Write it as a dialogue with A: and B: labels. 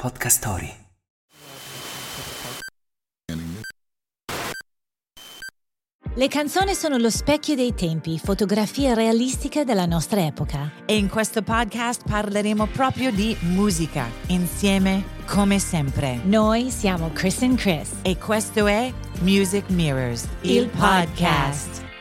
A: Podcast Story.
B: Le canzoni sono lo specchio dei tempi, fotografie realistiche della nostra epoca.
C: E in questo podcast parleremo proprio di musica, insieme come sempre.
B: Noi siamo Chris and Chris.
C: E questo è Music Mirrors, il, podcast.